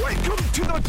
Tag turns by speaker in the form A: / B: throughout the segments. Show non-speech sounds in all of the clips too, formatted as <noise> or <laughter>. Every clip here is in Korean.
A: Welcome to the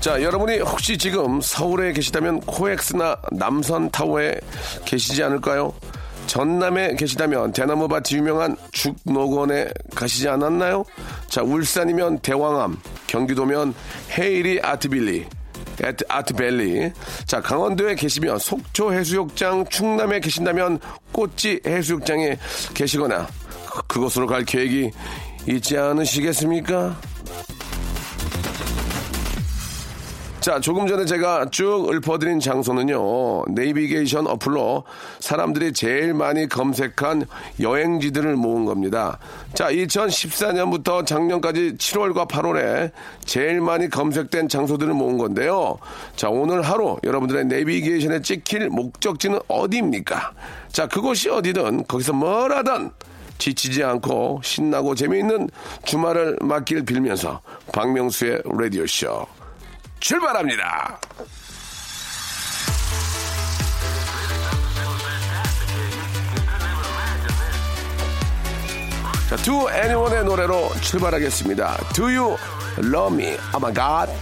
A: 자, 여러분이 혹시 지금 서울에 계시다면 코엑스나 남산타워에 계시지 않을까요? 전남에 계시다면 대나무밭이 유명한 죽노원에 가시지 않았나요? 자, 울산이면 대왕암, 경기도면 헤이리 아트빌리, 아트, 아트밸리. 자, 강원도에 계시면 속초 해수욕장, 충남에 계신다면 꽃지 해수욕장에 계시거나 그- 그곳으로 갈 계획이 있지 않으시겠습니까? 자, 조금 전에 제가 쭉 읊어드린 장소는요, 네이비게이션 어플로 사람들이 제일 많이 검색한 여행지들을 모은 겁니다. 자, 2014년부터 작년까지 7월과 8월에 제일 많이 검색된 장소들을 모은 건데요. 자, 오늘 하루 여러분들의 네이비게이션에 찍힐 목적지는 어디입니까? 자, 그곳이 어디든 거기서 뭘 하든 지치지 않고 신나고 재미있는 주말을 맞길 빌면서 박명수의 라디오쇼 출발합니다. 자, To Anyone의 노래로 출발하겠습니다. Do You Love Me? Oh my God.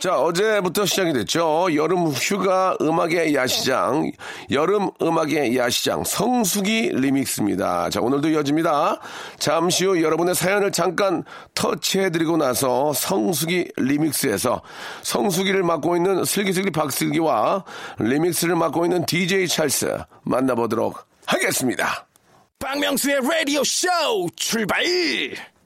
A: 자, 어제부터 시작이 됐죠. 여름 휴가 음악의 야시장, 여름 음악의 야시장, 성수기 리믹스입니다. 자, 오늘도 이어집니다. 잠시 후 여러분의 사연을 잠깐 터치해드리고 나서 성수기 리믹스에서 성수기를 맡고 있는 슬기슬기 박슬기와 리믹스를 맡고 있는 DJ 찰스 만나보도록 하겠습니다.
B: 박명수의 라디오 쇼 출발!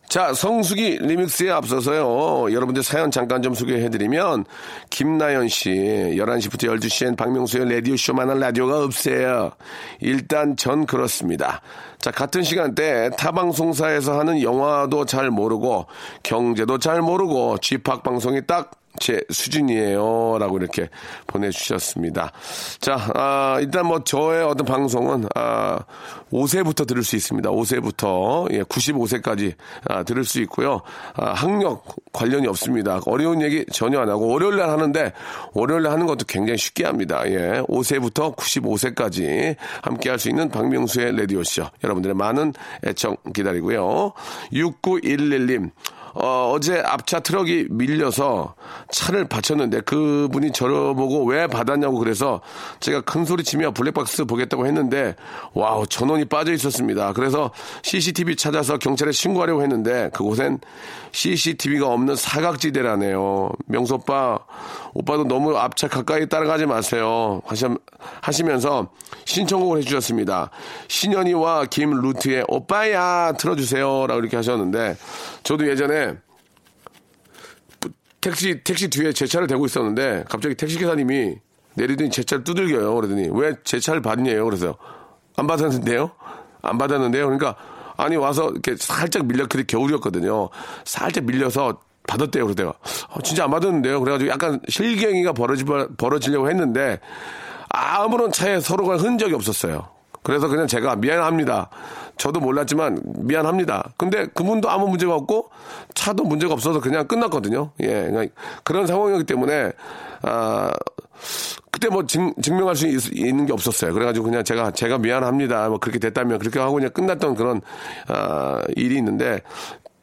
A: 자, 성수기 리믹스에 앞서서요, 여러분들 사연 잠깐 좀 소개해드리면, 김나연 씨, 11시부터 12시엔 박명수의 라디오쇼만한 라디오가 없어요. 일단 전 그렇습니다. 자, 같은 시간대 타방송사에서 하는 영화도 잘 모르고, 경제도 잘 모르고, 집합방송이 딱 제 수준이에요. 라고 이렇게 보내주셨습니다. 자, 아, 일단 뭐 저의 어떤 방송은, 아, 5세부터 들을 수 있습니다. 5세부터, 예, 95세까지, 아, 들을 수 있고요. 아, 학력 관련이 없습니다. 어려운 얘기 전혀 안 하고, 월요일 날 하는데, 월요일 날 하는 것도 굉장히 쉽게 합니다. 예, 5세부터 95세까지 함께 할 수 있는 박명수의 라디오쇼. 여러분들의 많은 애청 기다리고요. 6911님. 어, 어제 앞차 트럭이 밀려서 차를 받쳤는데 그분이 저를 보고 왜 받았냐고 그래서 제가 큰 소리 치며 블랙박스 보겠다고 했는데 와우 전원이 빠져 있었습니다. 그래서 CCTV 찾아서 경찰에 신고하려고 했는데 그곳엔 CCTV가 없는 사각지대라네요. 명수 오빠 오빠도 너무 앞차 가까이 따라가지 마세요. 하시, 하시면서 신청곡을 해주셨습니다. 신현이와 김루트의 오빠야 틀어주세요 라고 이렇게 하셨는데 저도 예전에 택시 택시 뒤에 제 차를 대고 있었는데 갑자기 택시 기사님이 내리더니 제 차를 두들겨요. 그러더니 왜 제 차를 받냐요. 그래서 안 받았는데요. 안 받았는데요. 그러니까 아니 와서 이렇게 살짝 밀려 그때 겨울이었거든요. 살짝 밀려서 받았대요. 그러대요. 어, 진짜 안 받았는데요. 그래가지고 약간 실갱이가 벌어지, 벌어지려고 했는데 아무런 차에 서로가 흔적이 없었어요. 그래서 그냥 제가 미안합니다. 저도 몰랐지만 미안합니다. 근데 그분도 아무 문제가 없고 차도 문제가 없어서 그냥 끝났거든요. 예, 그냥 그런 상황이기 때문에 아 그때 뭐 증, 명할수 있, 는게 없었어요. 그래가지고 그냥 제가 제가 미안합니다. 뭐 그렇게 됐다면 그렇게 하고 그냥 끝났던 그런 아 일이 있는데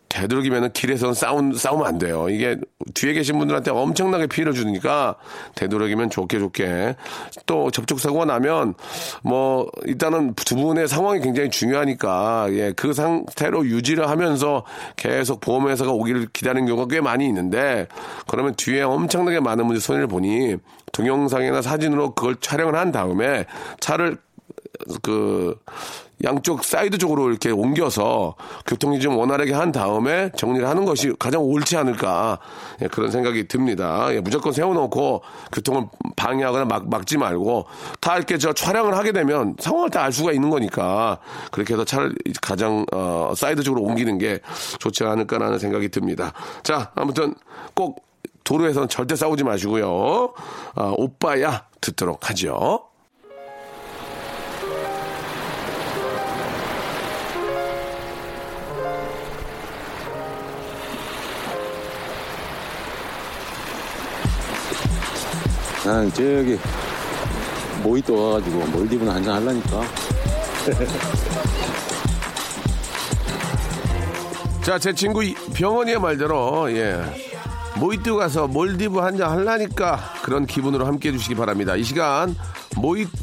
A: 되도록이면은 길에서는 싸움, 싸우면 안 돼요. 이게 뒤에 계신 분들한테 엄청나게 피해를 주니까 되도록이면 좋게 좋게 또 접촉사고가 나면 뭐 일단은 두 분의 상황이 굉장히 중요하니까 예, 그 상태로 유지를 하면서 계속 보험회사가 오기를 기다리는 경우가 꽤 많이 있는데 그러면 뒤에 엄청나게 많은 분들 손해를 보니 동영상이나 사진으로 그걸 촬영을 한 다음에 차를 그 양쪽 사이드 쪽으로 이렇게 옮겨서 교통이 좀 원활하게 한 다음에 정리를 하는 것이 가장 옳지 않을까 예, 그런 생각이 듭니다. 예, 무조건 세워놓고 교통을 방해하거나 막, 막지 말고 다 이렇게 저 촬영을 하게 되면 상황을 다 알 수가 있는 거니까 그렇게 해서 차를 가장 어, 사이드 쪽으로 옮기는 게 좋지 않을까라는 생각이 듭니다. 자 아무튼 꼭 도로에서는 절대 싸우지 마시고요. 아, 오빠야 듣도록 하죠.
C: 난 저기 모히또 가가지고 몰디브나 한잔 할라니까
A: 자, 제 친구 이- 병원이의 말대로 예. 모히또 가서 몰디브 한잔 할라니까 그런 기분으로 함께 해주시기 바랍니다. 이 시간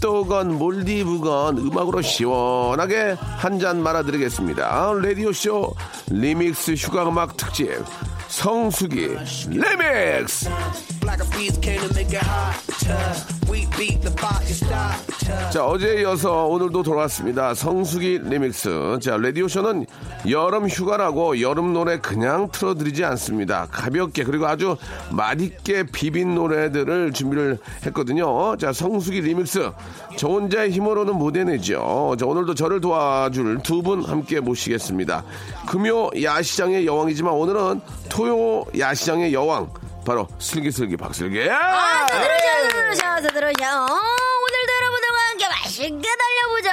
A: 모히또건 몰디브건 음악으로 시원하게 한 잔 말아드리겠습니다. 라디오쇼 리믹스 휴가 음악 특집 성수기 리믹스
D: Black of bees came to make it hot. Uh, We beat the fire stop.
A: 자, 어제에 이어서 오늘도 돌아왔습니다. 성수기 리믹스. 자, 라디오쇼는 여름 휴가라고 여름 노래 그냥 틀어드리지 않습니다. 가볍게, 그리고 아주 맛있게 비빈 노래들을 준비를 했거든요. 자, 성수기 리믹스. 저 혼자의 힘으로는 못 해내죠. 자, 오늘도 저를 도와줄 두 분 함께 모시겠습니다. 금요 야시장의 여왕이지만 오늘은 토요 야시장의 여왕. 바로 슬기슬기 박슬기.
E: 아,
A: 예.
E: 들으셔, 들으셔, 들으셔. 어, 오늘도 여러분들과 함께 맛있게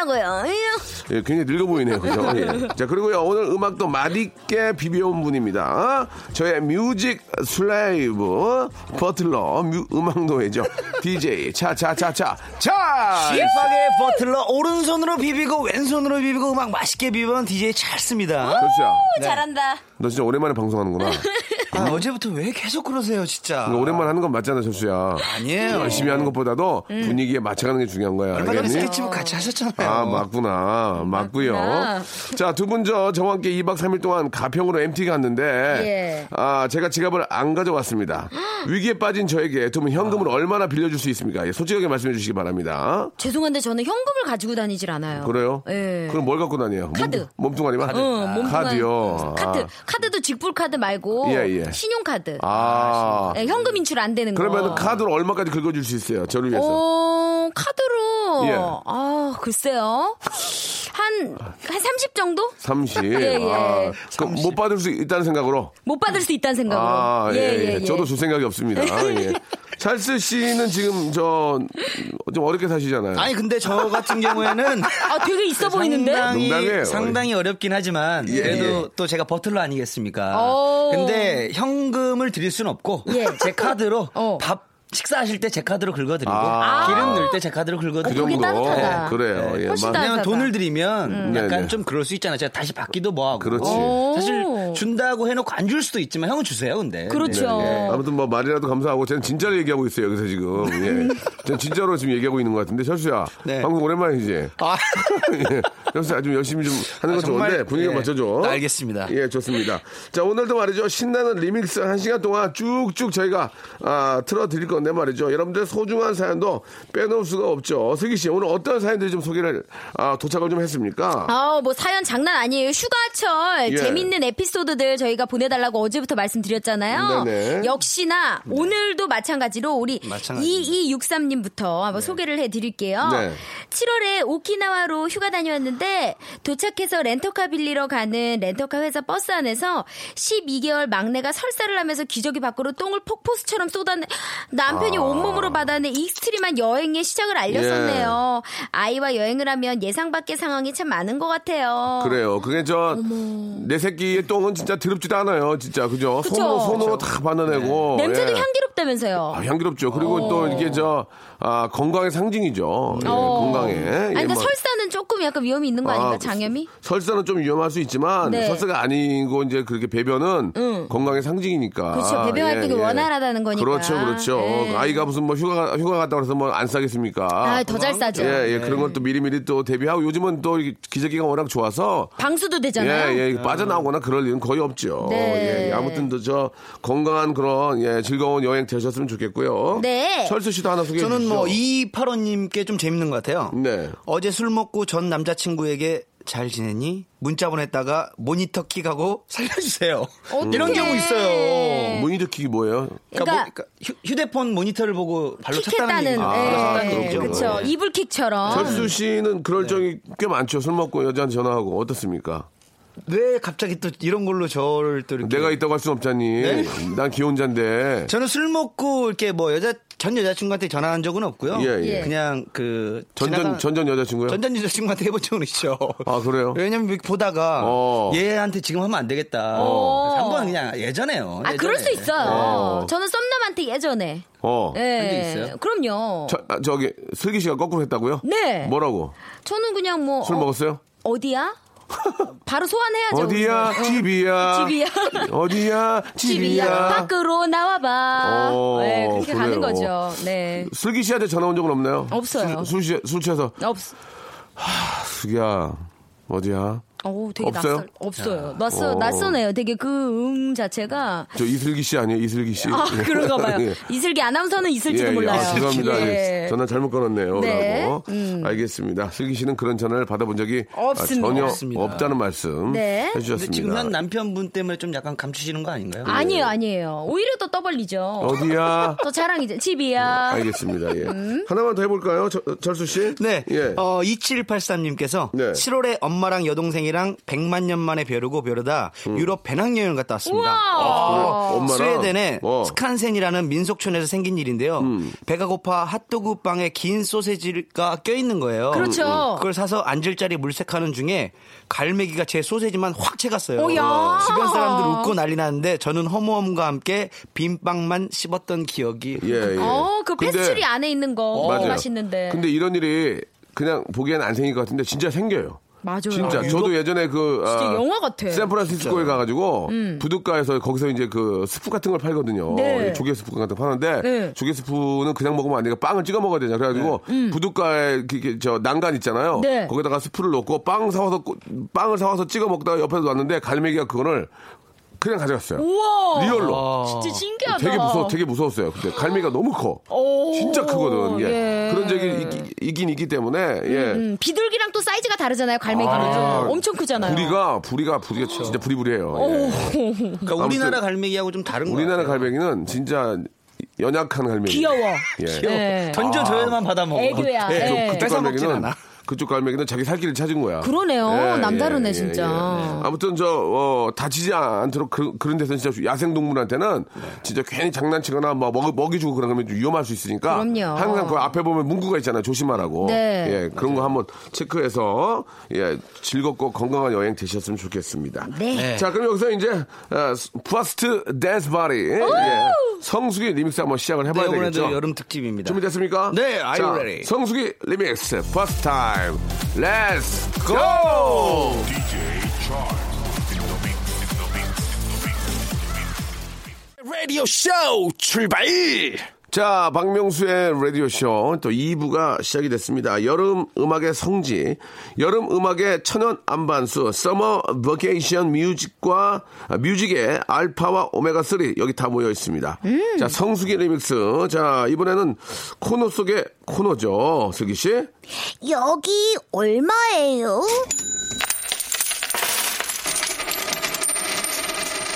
E: 달려보자고요.
A: 예, 굉장히 늙어 보이네요.
F: <laughs>
A: 그죠? 예. 자, 그리고요, 오늘 음악도 맛있게 비벼온 분입니다. 저의 뮤직 슬레이브 버틀러 뮤- 음악노예죠. DJ 차차차차 차!
F: 힙하게 버틀러 오른손으로 비비고 왼손으로 비비고 음악 맛있게 비비면 DJ 찰스입니다.
A: 그렇죠.
E: 오, 잘한다.
A: 너 진짜 오랜만에 방송하는구나.
F: 아, 어제부터 왜 계속 그러세요, 진짜?
A: 너 오랜만에 하는 건 맞잖아, 철수야.
F: 아니에요.
A: 열심히 하는 것보다도 분위기에 맞춰가는 게 중요한 거야.
F: 얼마 전에
A: 알겠니?
F: 스케치북 같이 하셨잖아요.
A: 아, 맞구나. 맞고요.
E: 어. 음, 맞구나.
A: 자, 두 분 저 저와 함께 2박 3일 동안 가평으로 MT 갔는데
E: 예.
A: 아, 제가 지갑을 안
E: <gasps>
A: 가져왔습니다. 위기에 빠진 저에게 두 분
E: 아.
A: 현금을 얼마나 빌려 줄수 있습니까? 예, 솔직하게 말씀해 주시기 바랍니다.
E: 죄송한데 저는 현금을 가지고 다니질 않아요.
A: 그래요?
E: 예.
A: 그럼 뭘 갖고 다녀요? 몸-
E: 카드.
A: 몸뚱아리만?
E: 어, 몸
A: 카드요.
E: 카드.
A: 아.
E: 카드도 직불 카드 말고
A: 예, 예.
E: 신용카드.
A: 아.
E: 예, 현금 인출 안 되는
A: 그러면
E: 거.
A: 카드로 얼마까지 긁어 줄 수 있어요? 저를 위해서.
E: 어, 카드로.
A: 예.
E: 아, 글쎄요. 한, 한 30 정도?
A: 30.
E: <laughs> 예, 예.
A: 아, 그럼 못 받을 수 있다는 생각으로.
E: 못 받을 수 있다는 생각으로.
A: 아, 예, 예, 저도 줄 생각이
E: <laughs>
A: 없습니다. 예. 찰스 씨는 지금 저, 좀 어렵게 사시잖아요.
F: 네. 아니 근데 저 같은
E: <laughs>
F: 경우에는
E: 아, 되게 있어 보이는데?
F: 상당히,
A: 농담이에요. 예.
F: 상당히 어렵긴 하지만 그래도 또 제가 버틀러 아니겠습니까?
E: 오.
F: 근데 현금을 드릴 순 없고
E: 어. 예.
F: 제 카드로
E: 어.
F: 밥 식사하실 때 제 카드로 긁어드리고
A: 아.
F: 기름 넣을 때 제 카드로 긁어드리고 네.
A: 그
E: 그게
A: 정도.
E: 따뜻하다. 네,
A: 그래요. 예.
E: 훨씬
A: 마-
E: 따뜻하다. 음.
F: 왜냐면 돈을 드리면 약간
A: 네네.
F: 좀 그럴 수 있잖아요. 제가 다시 받기도 뭐하고.
A: 그렇지.
E: 오.
F: 사실 준다고 해놓고 안 줄 수도 있지만 형은 주세요. 근데. 네.
E: 그렇죠.
A: 아무튼 뭐 말이라도 감사하고 저는 진짜로 얘기하고 있어요 여기서 지금
E: <laughs>
A: 예. 저는 진짜로 지금 얘기하고 있는 것 같은데 철수야
F: 네.
A: 방송 오랜만이지
F: 아.
A: <laughs> 예. 철수야 좀 열심히 좀 하는
F: 아,
A: 건
F: 정말,
A: 좋은데 분위기
F: 예.
A: 맞춰줘
F: 알겠습니다.
A: 예 좋습니다 자 오늘도 말이죠 신나는 리믹스 한 시간 동안 쭉쭉 저희가 아, 틀어드릴 건데 말이죠 여러분들 소중한 사연도 빼놓을 수가 없죠 슬기씨 오늘 어떤 사연들이 좀 소개를 아, 도착을 좀 했습니까
E: 아, 뭐 사연 장난 아니에요. 휴가철
A: 예.
E: 재밌는 에피소드들 저희가 보내달라고 어제부터 말씀드렸잖아요.
A: 네네.
E: 역시나 오늘도 마찬가지로 우리
F: 마찬가지입니다. 네.
E: 2263님부터 한번 소개를 해드릴게요.
A: 네.
E: 7월에 오키나와로 휴가 다녀왔는데 도착해서 렌터카 빌리러 가는 렌터카 회사 버스 안에서 12개월 막내가 설사를 하면서 기저귀 밖으로 똥을 폭포수처럼 쏟아내 남편이 온몸으로 받아낸 익스트림한 여행의 시작을 알렸었네요. 어, 아이와 여행을 하면 예상 밖의 상황이 참 많은 것 같아요.
A: 그래요. 그게 저 내 새끼의 똥은 진짜 더럽지도 않아요. 진짜 그죠?
E: 그쵸? 네.
A: 손으로 손으로 다 받아내고
E: 냄새도
A: 예.
E: 향기롭다면서요.
A: 아, 향기롭죠. 그리고 또 이게 저 아, 건강의 상징이죠. 예,
E: 어.
A: 건강에.
E: 아니,
A: 예,
E: 근데
A: 뭐.
E: 설사는 조금 약간 위험이 있는 거 아닌가, 장염이?
A: 설사는 좀 위험할 수 있지만
E: 네. 음.
A: 설사가 아니고 이제 그렇게 배변은 건강의 상징이니까. 예,
E: 그렇죠. 배변 활동이 원활하다는 거니까.
A: 그렇죠, 그렇죠.
E: 예.
A: 아이가 무슨 뭐 휴가 휴가 갔다 그래서 뭐 안 싸겠습니까?
E: 아, 더 잘 싸죠.
A: 예, 예, 그런 것도 미리미리 또 대비하고 요즘은 또 이게 기저귀가 워낙 좋아서
E: 방수도 되잖아요.
A: 예, 예, 빠져나오거나 그럴 일은 거의 없죠.
E: 네.
A: 예, 예. 아무튼 또 저 건강한 그런 예, 즐거운 여행 되셨으면 좋겠고요.
E: 네.
A: 철수 씨도 하나 소개해
F: 예, 저는
A: 주시죠.
F: 뭐 285님께 좀 재밌는 것 같아요.
A: 네.
F: 어제 술 먹고 받고 전 남자친구에게 잘 지내니? 문자 보냈다가 모니터 킥하고 <laughs> 살려주세요. 이런 경우 있어요.
A: 모니터킥이 뭐예요?
F: 그러니까, 뭐-
E: 그러니까
F: 그러니까 휴, 휴대폰 모니터를 보고 발로 찼다는
E: 킥했다는
F: 얘기죠. 아,
E: 예,
F: 그렇죠.
E: 그렇죠. 이불킥처럼
A: 철수 씨는 그럴
E: 네.
A: 적이 꽤 많죠. 술 먹고 여자한테 전화하고 어떻습니까?
F: 왜 갑자기 또 이런 걸로 저를 또 이렇게
A: 내가 있다고 할 순 없잖니.
F: 네?
A: 난 기혼자인데.
F: 저는 술 먹고 이렇게 뭐 여자 전 여자친구한테 전화한 적은 없고요.
A: 예, 예.
F: 그냥 그
A: 전전
F: 지나가-
A: 전전 여자친구요?
F: 전전 여자친구한테 해본 적은 있죠.
A: 아, 그래요?
F: 왜냐면 이렇게 보다가
A: 어.
F: 얘한테 지금 하면 안 되겠다.
E: 어.
F: 그래서 한번 그냥 예전에요.
E: 아 그럴 수
F: 예전에.
E: 있어요.
A: 예.
E: 저는 썸남한테 예전에
A: 어.
E: 예.
F: 있어요?
E: 그럼요.
A: 저, 아, 저기 슬기 씨가 거꾸로 했다고요?
E: 네.
A: 뭐라고?
E: 저는 그냥 뭐
A: 술
E: 어,
A: 먹었어요?
E: 어디야? 바로 소환해야죠.
A: 어디야?
E: 우리는. 어.
A: 집이야.
E: 집이야.
A: <laughs> 어디야?
E: 집이야.
A: 집이야.
E: 밖으로 나와봐.
A: 어,
E: 네, 그렇게 가는
A: 그래요.
E: 거죠. 네.
A: 슬기 씨한테 전화 온 적은 없나요?
E: 없어요.
A: 술, 술, 취- 술 취해서 아,
E: 없,
A: 슬기야 어디야?
E: 어 되게
A: 없어요?
E: 낯설, 없어요. 낯설,
A: 어.
E: 낯서네요. 되게 그 음 자체가.
A: 저 이슬기 씨 아니에요? 이슬기 씨.
E: 아, 그런가 봐요.
A: <laughs> 예.
E: 이슬기 아나운서는 있을지도
A: 예, 예.
E: 몰라요.
A: 아, 죄송합니다.
E: 예.
A: 예. 전화 잘못 걸었네요.
E: 네.
A: 라고.
E: 음.
A: 알겠습니다. 슬기 씨는 그런 전화를 받아본 적이
E: 없습니다.
A: 전혀
F: 없습니다.
A: 없다는 말씀
E: 네.
F: 근데
A: 해주셨습니다.
F: 지금 현 남편분 때문에 좀 약간 감추시는 거 아닌가요?
E: 아니에요, 아니에요. 오히려 더 떠벌리죠.
A: 예. 어디야?
E: <laughs> 더 자랑이죠. 집이야.
A: 알겠습니다. 예.
E: 음.
A: 하나만 더 해볼까요, 저- 철수 씨?
F: 네.
A: 예.
F: 어, 2783님께서
A: 네.
F: 7월에 엄마랑 여동생이랑 100만 년 만에 벼르고 벼르다 유럽 배낭여행 갔다 왔습니다.
E: 우와.
A: 음. 아, 엄마랑?
F: 스웨덴의
A: 어. 음.
F: 스칸센이라는 민속촌에서 생긴 일인데요. 배가 고파 핫도그 빵에 긴 소세지가 껴있는 거예요. 음.
E: 그렇죠.
F: 그걸 사서 앉을 자리 물색하는 중에 갈매기가 제 소세지만 확 채갔어요.
E: 오야.
F: 주변 사람들 웃고 난리 났는데 저는 허무함과 함께 빈빵만 씹었던 기억이
A: 예, 예.
E: 어, 그
A: 근데-
E: 패스트리 안에 있는 거
A: 맞아요.
E: 너무 맛있는데.
A: 근데 이런 일이 그냥 보기엔 안 생길 것 같은데 진짜 생겨요.
E: 맞아요.
A: 진짜 저도 예전에 그 아,
E: 진짜 영화 같아. 음.
A: 샌프란시스코에 가가지고 부둣가에서 거기서 이제 그 스프 같은 걸 팔거든요.
E: 네.
A: 이 조개 스프 같은 거 파는데
E: 네.
A: 조개 스프는 그냥 먹으면 안 되니까 빵을 찍어 먹어야 되잖아. 그래가지고 부둣가에 이렇게 저 난간 있잖아요.
E: 음. 네.
A: 거기다가 스프를 넣고 빵 사와서 꾸- 빵을 사와서 찍어 먹다가 옆에서 놨는데 갈매기가 그거를 그냥 가져갔어요.
E: 우와.
A: 리얼로.
F: 아. 어.
E: 진짜 신기하다.
A: 되게 무서워, 되게 무서웠어요. 근데 갈매기가 너무 커.
E: 오.
A: 진짜 크거든. 예.
E: 예.
A: 그런 적이 있, 긴 있기 때문에 예.
E: 음, 비둘기랑 또 사이즈가 다르잖아요. 갈매기는 엄청 크잖아요.
A: 부리가 부리가 부리가 진짜 부리부리해요.
E: 어.
A: 예.
F: 그러니까 우리나라 갈매기하고 좀 다른 거예요.
A: 우리나라 갈매기는 진짜 연약한 갈매기.
E: <laughs> 귀여워.
A: 예.
E: 네.
F: 던져줘야만 받아먹어.
E: 애교야. 예.
F: 네.
A: 그쪽
F: 뺏어 먹진
A: 갈매기는
F: 않아.
A: 그쪽 갈매기는 자기 살 길을 찾은 거야. 예,
E: 그러네요. 남다르네, 진짜.
A: 아무튼 저 어, 다치지 않도록 그, 런 데서 진짜 야생 동물한테는 진짜 괜히 장난치거나 뭐 먹, 먹이 주고 그러면 위험할 수 있으니까
E: 그럼요.
A: 항상 그 앞에 보면 문구가 있잖아요. 조심하라고.
E: 네.
A: 예, 그런 거 한번 체크해서 예, 즐겁고 건강한 여행 되셨으면 좋겠습니다.
E: 네.
A: 자, 그럼 여기서 이제 어, 파스트 댄스 바디 예, 성수기 리믹스 한번 시작을 해
F: 네,
A: 봐야 되겠죠.
F: 이번에도 여름 특집입니다.
A: 준비됐습니까?
F: 네, I'm
A: 자,
F: ready.
A: 성수기 리믹스 퍼스트 타임 렛츠 고!
B: 라디오 쇼 출발!
A: 자, 박명수의 라디오쇼 또 2부가 시작이 됐습니다. 여름 음악의 성지, 여름 음악의 천연 안반수, 서머 버케이션 뮤직과 아, 뮤직의 알파와 오메가 3 여기 다 모여 있습니다.
F: 음.
A: 자, 성수기 리믹스. 자, 이번에는 코너 속의 코너죠. 슬기 씨.
G: 여기 얼마예요?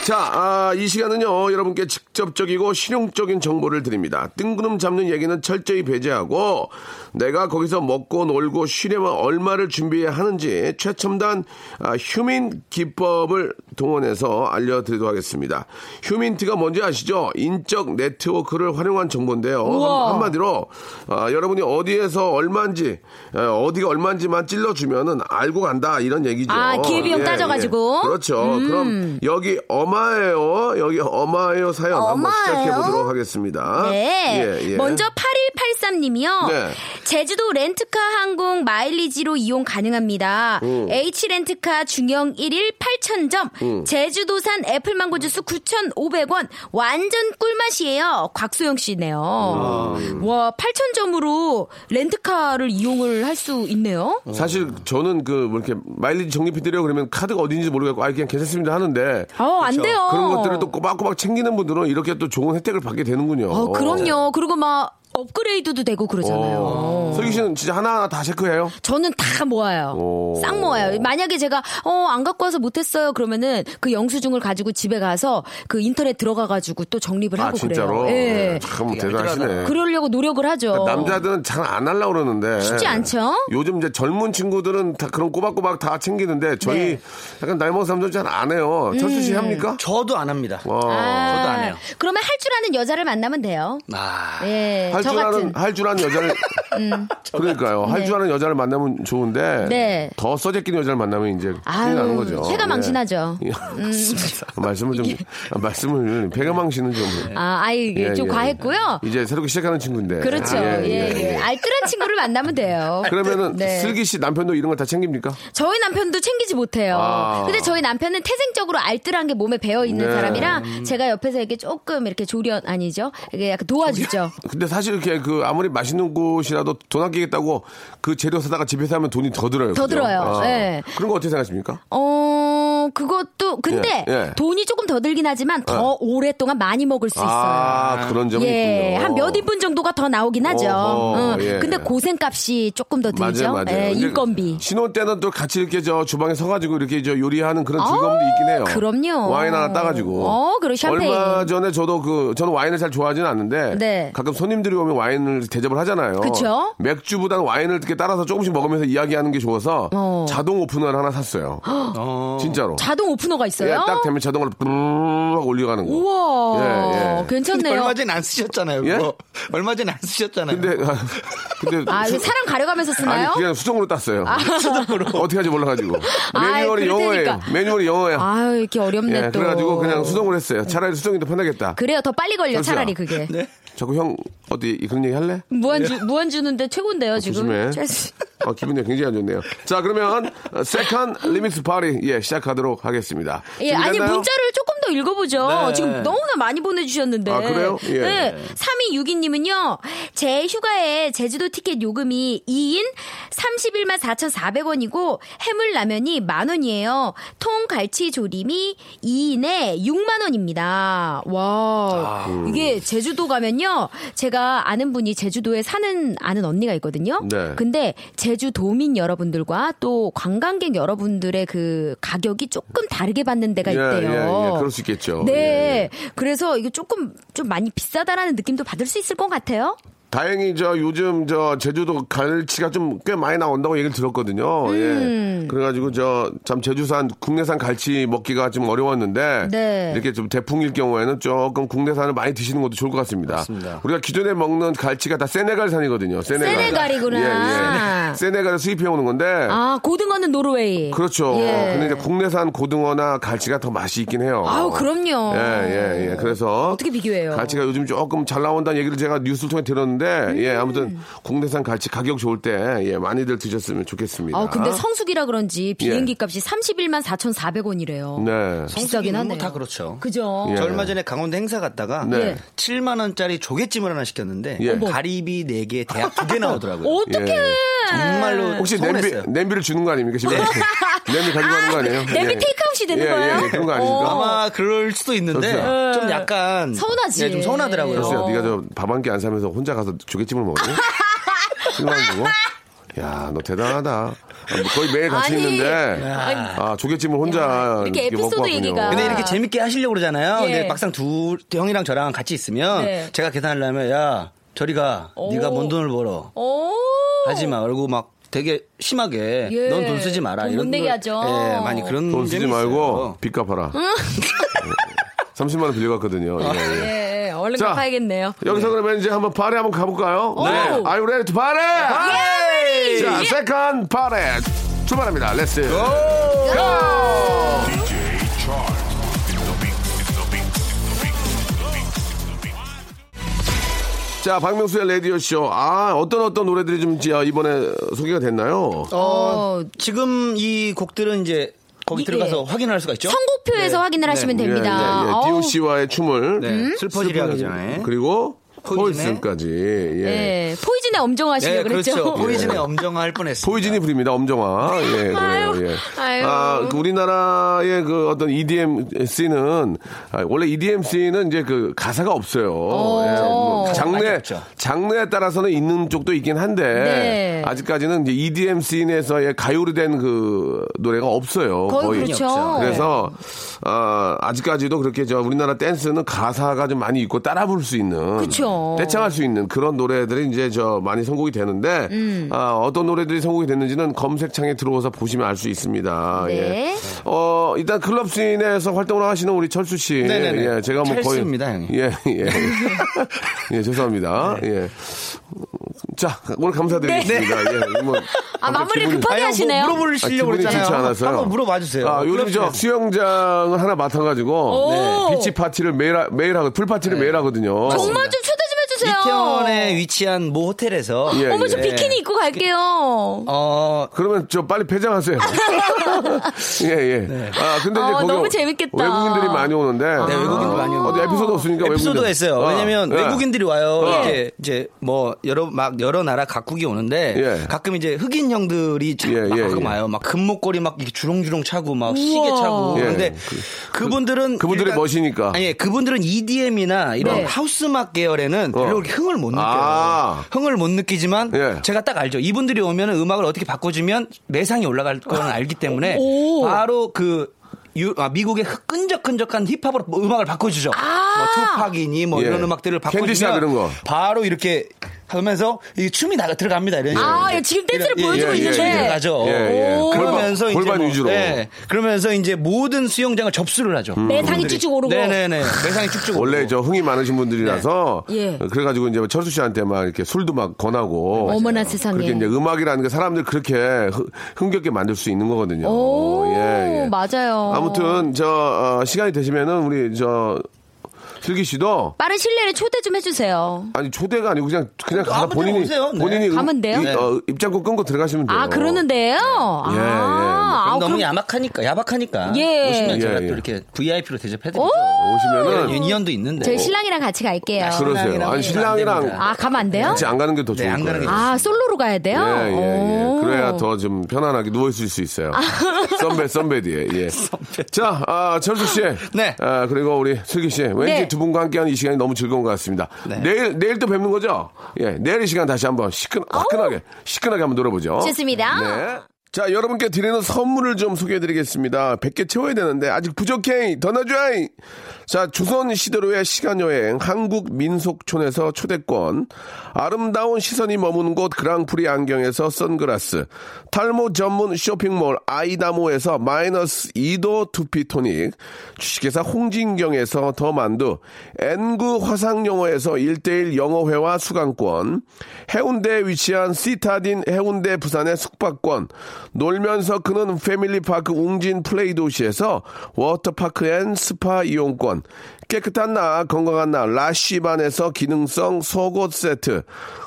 A: 자, 아, 이 시간은요, 여러분께 직접적이고 실용적인 정보를 드립니다. 뜬구름 잡는 얘기는 철저히 배제하고, 내가 거기서 먹고 놀고 쉬려면 얼마를 준비해야 하는지 최첨단 아, 휴민 기법을 동원해서 알려드리도록 하겠습니다. 휴민트가 뭔지 아시죠? 인적 네트워크를 활용한 정보인데요.
E: 우와.
A: 한, 마디로 아, 여러분이 어디에서 얼마인지, 어, 어디가 얼마인지만 찔러주면은 알고 간다, 이런 얘기죠. 예,
E: 아, 기회비용 따져가지고.
A: 그렇죠. 그렇죠.
E: 음.
A: 그럼 여기 어마예요. 여기 어마예요 사연 한번
G: 어마예요?
A: 시작해 보도록 하겠습니다.
E: 네.
A: 예, 예.
E: 먼저 8183님이요.
A: 네.
E: 제주도 렌트카 항공 마일리지로 이용 가능합니다.
A: 음.
E: H렌트카 중형 1일 8,000점, 제주도산 애플망고 주스 9,500원. 완전 꿀맛이에요. 곽소영 씨네요.
A: 음.
E: 와, 8,000점으로 렌트카를 이용을 할 수 있네요.
A: 사실 저는 그뭐 이렇게 마일리지 적립해 드려 그러면 카드가 어딘지 모르겠고 아 그냥 괜찮습니다 하는데
E: 어, 안 돼요.
A: 그런 것들을 또 꼬박꼬박 챙기는 분들은 이렇게 또 좋은 혜택을 받게 되는군요. 어.
E: 어, 아, 그럼요. 그리고 막 업그레이드도 되고 그러잖아요.
A: 슬기 씨는 진짜 하나하나 다 체크해요?
E: 저는 다 모아요.
A: 오.
E: 싹 모아요. 만약에 제가 어 안 갖고 와서 못했어요. 그러면은 그 영수증을 가지고 집에 가서 그 인터넷 들어가 가지고 또 정립을
A: 아,
E: 하고
A: 진짜로?
E: 그래요. 예.
A: 참 대단하시네.
E: 그러려고 노력을 하죠.
A: 남자들은 잘 안 하려고 그러는데.
E: 쉽지 않죠?
A: 요즘 이제 젊은 친구들은 다 그런 꼬박꼬박 다 챙기는데 저희
E: 네. 음.
A: 약간 나이 먹은 사람들은 잘 안 해요. 철수 씨 합니까?
F: 저도 안 합니다.
A: 어.
E: 아, 네,
F: 저도 안 해요.
E: 그러면 할 줄 아는 여자를 만나면 돼요.
F: 아,
E: 예.
A: 할
E: 저
A: 줄 아는
E: 같은 음.
A: 할 줄 아는
E: <laughs>
A: 여자를 그러니까요 할 줄 아는 여자를 만나면 좋은데
E: 네.
A: 더 써재끼는 여자를 만나면 이제 큰일 나는
E: 아유,
A: 거죠.
E: 해가
A: 예.
E: 망신하죠. 음.
A: 예. <laughs> 말씀을 좀 아, 말씀을 배가 망신은 좀
E: 아, 아이 이게
A: 예,
E: 좀
A: 예.
E: 과했고요.
A: 이제 새롭게 시작하는 친구인데
E: 그렇죠.
A: 아,
E: 예, 예. 알뜰한 친구를
A: <laughs>
E: 만나면 돼요.
A: 그러면은
E: 네.
A: 슬기 씨 남편도 이런 걸 다 챙깁니까?
E: 저희 남편도 챙기지 못해요.
A: 아.
E: 근데 저희 남편은 태생적으로 알뜰한 게 몸에 배어 있는
A: 네.
E: 사람이라 제가 옆에서 이렇게 조금 이렇게 조련 아니죠? 이게 약간 도와주죠.
A: 근데 사실 이렇게 그 아무리 맛있는 곳이라도 돈 아끼겠다고 그 재료 사다가 집에서 하면 돈이 더 들어요.
E: 더
A: 그죠?
E: 들어요.
A: 아.
E: 예.
A: 그런 거 어떻게 생각하십니까?
E: 어 그것도 근데
A: 예, 예.
E: 돈이 조금 더 들긴 하지만 더 오랫동안 많이 먹을 수 있어요.
A: 아 그런 점이
E: 예,
A: 있군요.
E: 한 몇 인분 정도가 더 나오긴 하죠.
A: 어허,
E: 어,
A: 예.
E: 근데 고생값이 조금 더 들죠.
A: 맞아요, 맞아요.
E: 예,
A: 이제
E: 인건비.
A: 신혼 때는 또 같이 이렇게 저 주방에 서가지고 이렇게 저 요리하는 그런 즐거움도 있긴 해요.
E: 어, 그럼요.
A: 와인 하나 따가지고.
E: 어, 그리고 샴페인.
A: 얼마 전에 저도 그 저는 와인을 잘 좋아하지는 않는데
E: 네.
A: 가끔 손님들이 오면 와인을 대접을 하잖아요.
E: 그쵸?
A: 맥주보단 와인을 이렇게 따라서 조금씩 먹으면서 이야기하는 게 좋아서
E: 어.
A: 자동 오픈을 하나 샀어요. 진짜로.
E: 자동 오프너가 있어요.
A: 예, 딱 되면 자동으로 뿌르르 하고 올려가는 거.
E: 우와,
A: 예, 예.
E: 괜찮네요.
F: 얼마 전에 안 쓰셨잖아요.
A: 예?
F: 그거. 얼마 전에 안 쓰셨잖아요.
A: 근데 아, 근데
E: 아,
A: 수-
E: 사람 가려가면서 쓰나요?
A: 아니 그냥 수정으로 땄어요.
F: 수동으로.
A: 어떻게 하지 몰라가지고
E: 아이,
A: 매뉴얼이
E: 그럴
A: 영어예요.
E: 테니까.
A: 매뉴얼이 영어예요.
E: 아유, 이렇게 어렵네
A: 예,
E: 또.
A: 그래가지고 그냥 수정을 했어요. 차라리 수정이 더 편하겠다.
E: 그래요, 더 빨리 걸려
A: 잠시만.
E: 차라리 그게.
F: 네?
A: 자꾸 형 어디 그런 얘기 할래?
E: 무한주 무한주는데 최고인데요 지금.
A: 어, 조심해.
E: 찰스-
A: 아, 기분이 굉장히 안 좋네요. 자 그러면 어, 세컨 리믹스 파리 예 시작하도록 하겠습니다.
E: 예, 아니
A: 준비됐나요?
E: 문자를 조금 더 읽어보죠.
F: 네.
E: 지금 너무나 많이 보내주셨는데.
A: 아, 그래요? 예.
E: 네. 3262님은요. 제 휴가에 제주도 티켓 요금이 2인 31만 4,400원이고 해물라면이 만 원이에요. 통갈치 조림이 2인에 6만 원입니다. 와. 이게 제주도 가면요. 제가 아는 분이 제주도에 사는 아는 언니가 있거든요.
A: 네.
E: 근데 제주도민 여러분들과 또 관광객 여러분들의 그 가격이 조금 다르게 받는 데가
A: 예,
E: 있대요.
A: 예, 예, 그럴 수 있겠죠.
E: 네.
A: 예,
E: 그래서 이게 조금 좀 많이 비싸다라는 느낌도 받을 수 있을 것 같아요.
A: 예. 다행히 저 요즘 저 제주도 갈치가 좀 꽤 많이 나온다고 얘기를 들었거든요. 예. 그래가지고 저 참 제주산 국내산 갈치 먹기가 좀 어려웠는데
E: 네.
A: 이렇게 좀 대풍일 경우에는 조금 국내산을 많이 드시는 것도 좋을 것 같습니다.
F: 맞습니다.
A: 우리가 기존에 먹는 갈치가 다 세네갈산이거든요. 세네갈.
E: 세네갈이구나.
A: 예, 예. 세네갈에 수입해 오는 건데
E: 아, 고등어는 노르웨이.
A: 그렇죠.
E: 예.
A: 근데 이제 국내산 고등어나 갈치가 더 맛이 있긴 해요.
E: 아우, 그럼요.
A: 예, 예, 예. 그래서
E: 어떻게 비교해요?
A: 갈치가 요즘 조금 잘 나온다는 얘기를 제가 뉴스를 통해 들었는데
E: 음.
A: 예, 아무튼 국내산 갈치 가격 좋을 때 예, 많이들 드셨으면 좋겠습니다.
E: 아, 근데 성수기라 그런지 비행기
A: 예.
E: 값이 31만 4,400원이래요.
A: 네.
E: 비싸긴 하네요.
F: 다 그렇죠.
E: 그죠? 예.
A: 예.
F: 저 얼마 전에 강원도 행사 갔다가
A: 네.
F: 7만 원짜리 조개찜을 하나 시켰는데
A: 예. 어머.
F: 가리비 4개 대학 2개 나오더라고요.
E: 어떻게?
A: 예.
F: <laughs>
E: 네.
F: 정말로
A: 혹시 냄비
F: 서운했어요.
A: 냄비를 주는 거 아닙니까?
E: <laughs>
A: 지금 냄비 가지고 가는 거 아니에요?
E: 냄비 테이크아웃이 되는
A: 예,
E: 거예요?
A: 예, 예, 그런 거 아닙니까?
F: 아마 그럴 수도 있는데
A: 그렇죠.
F: 좀 약간
E: 네. 서운하지.
F: 예, 좀 서운하더라고요.
A: 글쎄요,
E: 어.
A: 네가 저 밥 한 끼 안 사면서 혼자 가서 조개찜을
E: <laughs>
A: 먹었니? 실망 먹어? 야, 너 대단하다. 아, 뭐 거의 매일 같이
E: 아니,
A: 있는데,
E: 아니.
A: 아, 조개찜을 혼자
E: 야, 이렇게
A: 이렇게,
E: 에피소드
A: 먹고 왔군요.
E: 얘기가.
F: 근데
E: 아.
F: 이렇게 재밌게 하시려고 그러잖아요.
E: 예.
F: 근데 막상 두 형이랑 저랑 같이 있으면
E: 네.
F: 제가 계산하려면 야 저리가
E: 오.
F: 네가 뭔 돈을 벌어
E: 오.
F: 하지마 얼굴 막 되게 심하게
E: 예.
F: 넌 돈 쓰지 마라
E: 돈
F: 이런
E: 못
F: 걸-
E: 내게 하죠.
F: 예, 많이 그런
A: 돈 쓰지
F: 재미
A: 말고
F: 있어요.
A: 빚 갚아라. 30만 원 빌려갔거든요. 예, 예.
E: 예, 예. 얼른
A: 자.
E: 갚아야겠네요.
A: 여기서 그러면 이제 한번 파리 한번 가볼까요? 네.
E: 오.
A: Are you ready to party?
E: 예.
A: 자,
E: 예.
A: 세컨 파리 출발합니다. Let's go. 자, 박명수의 라디오 쇼. 아, 어떤 어떤 노래들이 좀 아, 이제 이번에 소개가 됐나요?
F: 어, 지금 이 곡들은 이제 거기
E: 이-
F: 들어가서
E: 예.
F: 확인할 수가 있죠.
E: 선고표에서 확인을 하시면 됩니다.
A: 예, 예, 예.
E: 아우,
A: 디오 씨와의 춤을
E: 음?
F: 네, 슬퍼지려 네. 하기 전에
A: 그리고
F: 포이즌의
A: 폴슨까지. 예.
E: 예, 포이즌의 엄정하시려
F: 예,
E: 그랬죠.
F: <laughs> 그렇죠. 포이즌에 엄정할 뻔했어요.
A: 포이즌이 부릅니다. 엄정화. 예, 그래요.
E: 아유,
A: 예.
E: 아유.
A: 아, 그 우리나라의 그 어떤 EDM 씬은 아, 원래 EDM 씬은 이제 그 가사가 없어요. 예,
E: 아,
A: 뭐 장르에
F: 없죠.
A: 장르에 따라서는 있는 쪽도 있긴 한데
E: 네.
A: 아직까지는 이제 E EDM 씬에서의 가요로 된 그 노래가 없어요.
E: 거의 그렇죠.
F: 없죠.
A: 그래서 아, 아직까지도 그렇게 저 우리나라 댄스는 가사가 좀 많이 있고 따라 부를 수 있는
E: 그쵸.
A: 대창할 수 있는 그런 노래들이 이제 저 많이 선곡이 되는데
E: 음.
A: 아, 어떤 노래들이 선곡이 됐는지는 검색창에 들어와서 보시면 알 수 있습니다.
E: 네.
A: 예. 어, 일단 클럽 씬에서 활동을 하시는 우리 철수 씨.
F: 네네네.
A: 예, 제가 뭐 거의
F: 찰스입니다, 형님. 네.
A: 예,
F: <laughs>
A: 예. 예, 죄송합니다. 예. 자, 오늘 감사드리겠습니다.
F: 네.
A: 예. 뭐
E: 아, 마무리
A: 기분이- 뭐
E: 급하게 하시네요.
F: 물어보시려고
A: 아, 기분이
F: 그랬잖아요.
A: 좋지 않아서요.
F: 한번 물어봐 주세요.
A: 아, 요즘 저 수영장을 하나 맡아가지고
E: 오.
A: 네, 비치 파티를 매일 하, 매일 하고 풀 파티를
F: 네.
A: 매일 하거든요.
E: 정말 좀 초대 좀 해주세요.
F: 이태원에 위치한 모 호텔에서
A: 예,
E: 어머, 저
A: 예.
E: 비키니 입고 갈게요.
F: 어
A: 그러면 저 빨리
E: <laughs>
A: 폐장하세요. 예, 예. 아, 근데 이제
E: 어,
A: 거기
E: 너무 재밌겠다.
A: 외국인들이 많이 오는데.
F: 네, 외국인들 많이 오는데.
A: 어디 에피소드 없으니까
F: 에피소드가
A: 외국인들.
F: 있어요.
A: 아,
F: 왜냐면
A: 예.
F: 외국인들이 와요.
A: 어.
F: 이렇게 이제 뭐 여러 막 여러 나라 각국이 오는데
A: 예.
F: 가끔 이제 흑인 형들이 참
A: 예,
F: 막
A: 예,
F: 가끔
A: 예.
F: 와요. 막 금목걸이 막 이렇게 주렁주렁 차고 막 시계 차고.
A: 예.
F: 근데 그, 분들은
A: 그분들의 멋이니까.
F: 아니 그분들은 E EDM이나 이런
E: 네.
F: 하우스 막 계열에는 별로
A: 어.
F: 그렇게 흥을 못 느껴요.
A: 아.
F: 흥을 못 느끼지만
A: 예.
F: 제가 딱 알죠. 이분들이 오면 음악을 어떻게 바꿔주면 매상이 올라갈 거는 알기 때문에 바로 그 유- 아, 미국의 흑- 끈적끈적한 힙합으로 뭐 음악을 바꿔주죠.
E: 아.
F: 뭐 투팍이니 뭐
A: 예.
F: 이런 음악들을 바꿔주면
A: 캔디샵 이런 거.
F: 바로 이렇게 하면서 이 춤이 나가 들어갑니다. 이런
E: 아,
F: 식으로.
E: 예, 지금 댄스를
F: 이런-
E: 보여주고
A: 예, 예,
E: 있는데.
A: 예.
F: 들어가죠.
A: 예, 예.
E: 오.
A: 골반-
F: 그러면서 이제
A: 골반
F: 뭐-
A: 위주로.
F: 네. 그러면서 이제 모든 수영장을 접수를 하죠.
E: 매상이 쭉쭉 오르고.
F: 네네네. 매상이 쭉쭉 오르고.
A: 원래 저 흥이 많으신 분들이라서
E: 예.
A: 그래가지고 이제 철수 씨한테 막 이렇게 술도 막 권하고
E: 어머나 네. 세상에.
A: 그렇게 이제 음악이라는 게 사람들 그렇게 흥- 흥겹게 만들 수 있는 거거든요. 예,
E: 오, 맞아요.
A: 어, 아무튼 저 어, 시간이 되시면은 우리 저 슬기 씨도
E: 빠른 실내를 초대 좀 해주세요.
A: 아니 초대가 아니고 그냥 그냥 가서
F: 아무 데나
A: 본인이
F: 오세요. 네.
A: 본인이 음-
E: 가면 돼요?
A: 이- 어, 입장권 끊고 들어가시면 돼요.
E: 아, 그러는데요? 아,
A: 네. 예, 예.
E: 아,
F: 너무
E: 그럼-
F: 야박하니까 야박하니까
E: 예.
F: 오시면 제가
A: 예, 예.
F: 또 이렇게 VIP로 대접해드리죠.
E: 오!
A: 오시면은
F: 인연도 있는데.
E: 저희 신랑이랑 같이 갈게요.
A: 예, 그러세요. 아니
F: 안
A: 신랑이랑
F: 됩니다.
E: 아, 가면 안 돼요?
A: 같이 안 가는 게 더
F: 네,
A: 좋을
F: 안 가는
A: 거예요.
F: 게
E: 아, 솔로로 가야 돼요?
A: 예, 예,
E: 오.
A: 예. 그래야 더 좀 편안하게 누워 있을 수
E: <laughs>
A: 있어요. 썬베 썬베디에.
F: <laughs>
A: 예. 자, 아, 철수 씨.
F: 네.
A: 아, 그리고 우리 슬기 씨. 왠지
E: 네.
A: 두 분과 함께하는 이 시간이 너무 즐거운 것 같습니다.
F: 네.
A: 내일 내일 또 뵙는 거죠? 예. 내일 이 시간 다시 한번 시끈 화끈하게 시끈하게 한번 놀아보죠.
E: 어? 좋습니다.
A: 네. 자, 여러분께 드리는 선물을 좀 소개해드리겠습니다. 100개 채워야 되는데, 아직 부족해! 더 넣어줘잉! 자, 조선시대로의 시간여행, 한국민속촌에서 초대권, 아름다운 시선이 머무는 곳 그랑프리 안경에서 선글라스, 탈모 전문 쇼핑몰 아이다모에서 마이너스 2도 두피토닉, 주식회사 홍진경에서 더 만두, N구 화상영어에서 1대1 영어회화 수강권, 해운대에 위치한 시타딘 해운대 부산의 숙박권, 놀면서 그는 패밀리파크 웅진 플레이 도시에서 워터파크 앤 스파 이용권, 깨끗한 나 건강한 나 라쉬반에서 기능성 속옷 세트,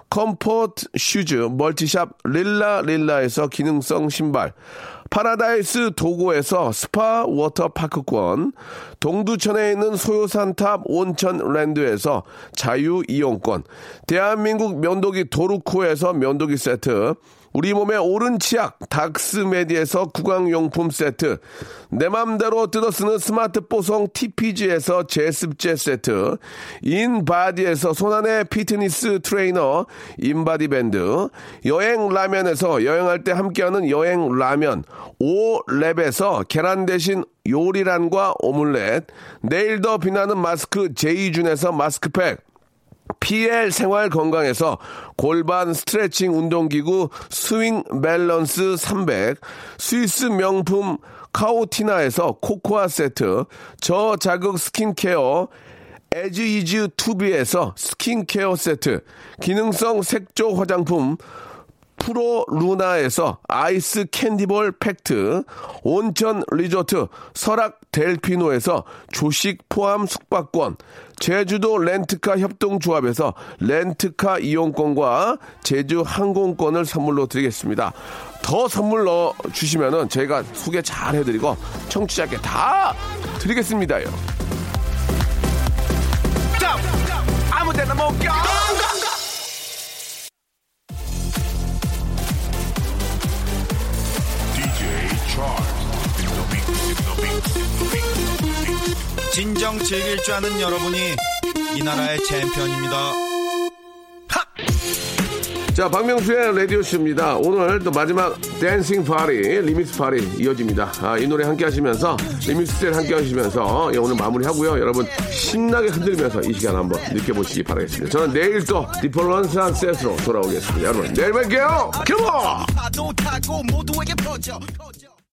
A: 컴포트 슈즈 멀티샵 릴라 릴라에서 기능성 신발, 파라다이스 도고에서 스파 워터파크권, 동두천에 있는 소요산탑 온천랜드에서 자유이용권, 대한민국 면도기 도루코에서 면도기 세트, 우리 몸의 오른 치약 닥스메디에서 구강용품 세트, 내 맘대로 뜯어 쓰는 스마트 뽀송 TPG에서 제습제 세트, 인바디에서 손안의 피트니스 트레이너 인바디 밴드, 여행 라면에서 여행할 때 함께하는 여행 라면, 오랩에서 계란 대신 요리란과 오믈렛, 내일 더 빛나는 마스크 제이준에서 마스크팩, PL 생활 건강에서 골반 스트레칭 운동기구 스윙 밸런스 300, 스위스 명품 카오티나에서 코코아 세트, 저자극 스킨케어 에즈 이즈 투비에서 스킨케어 세트, 기능성 색조 화장품 프로 루나에서 아이스 캔디볼 팩트, 온천 리조트 설악 델피노에서 조식 포함 숙박권, 제주도 렌트카 협동조합에서 렌트카 이용권과 제주 항공권을 선물로 드리겠습니다. 더 선물 넣어 주시면은 저희가 소개 잘 해드리고 청취자께 다 드리겠습니다요.
H: 감성 즐길 줄 아는 여러분이 이 나라의 챔피언입니다.
A: 자, 박명수의 라디오쇼입니다. 오늘 또 마지막 댄싱 파리, 리믹스 파리 이어집니다. 아, 이 노래 함께 하시면서, 리믹스 셀 함께 하시면서, 예, 오늘 마무리 하고요. 여러분, 신나게 흔들면서 이 시간 한번 느껴보시기 바라겠습니다. 저는 내일 또 디폴런스 한 세트로 돌아오겠습니다. 여러분, 내일 뵐게요! 컴온!
D: 파도 타고 모두에게 퍼져, 퍼져.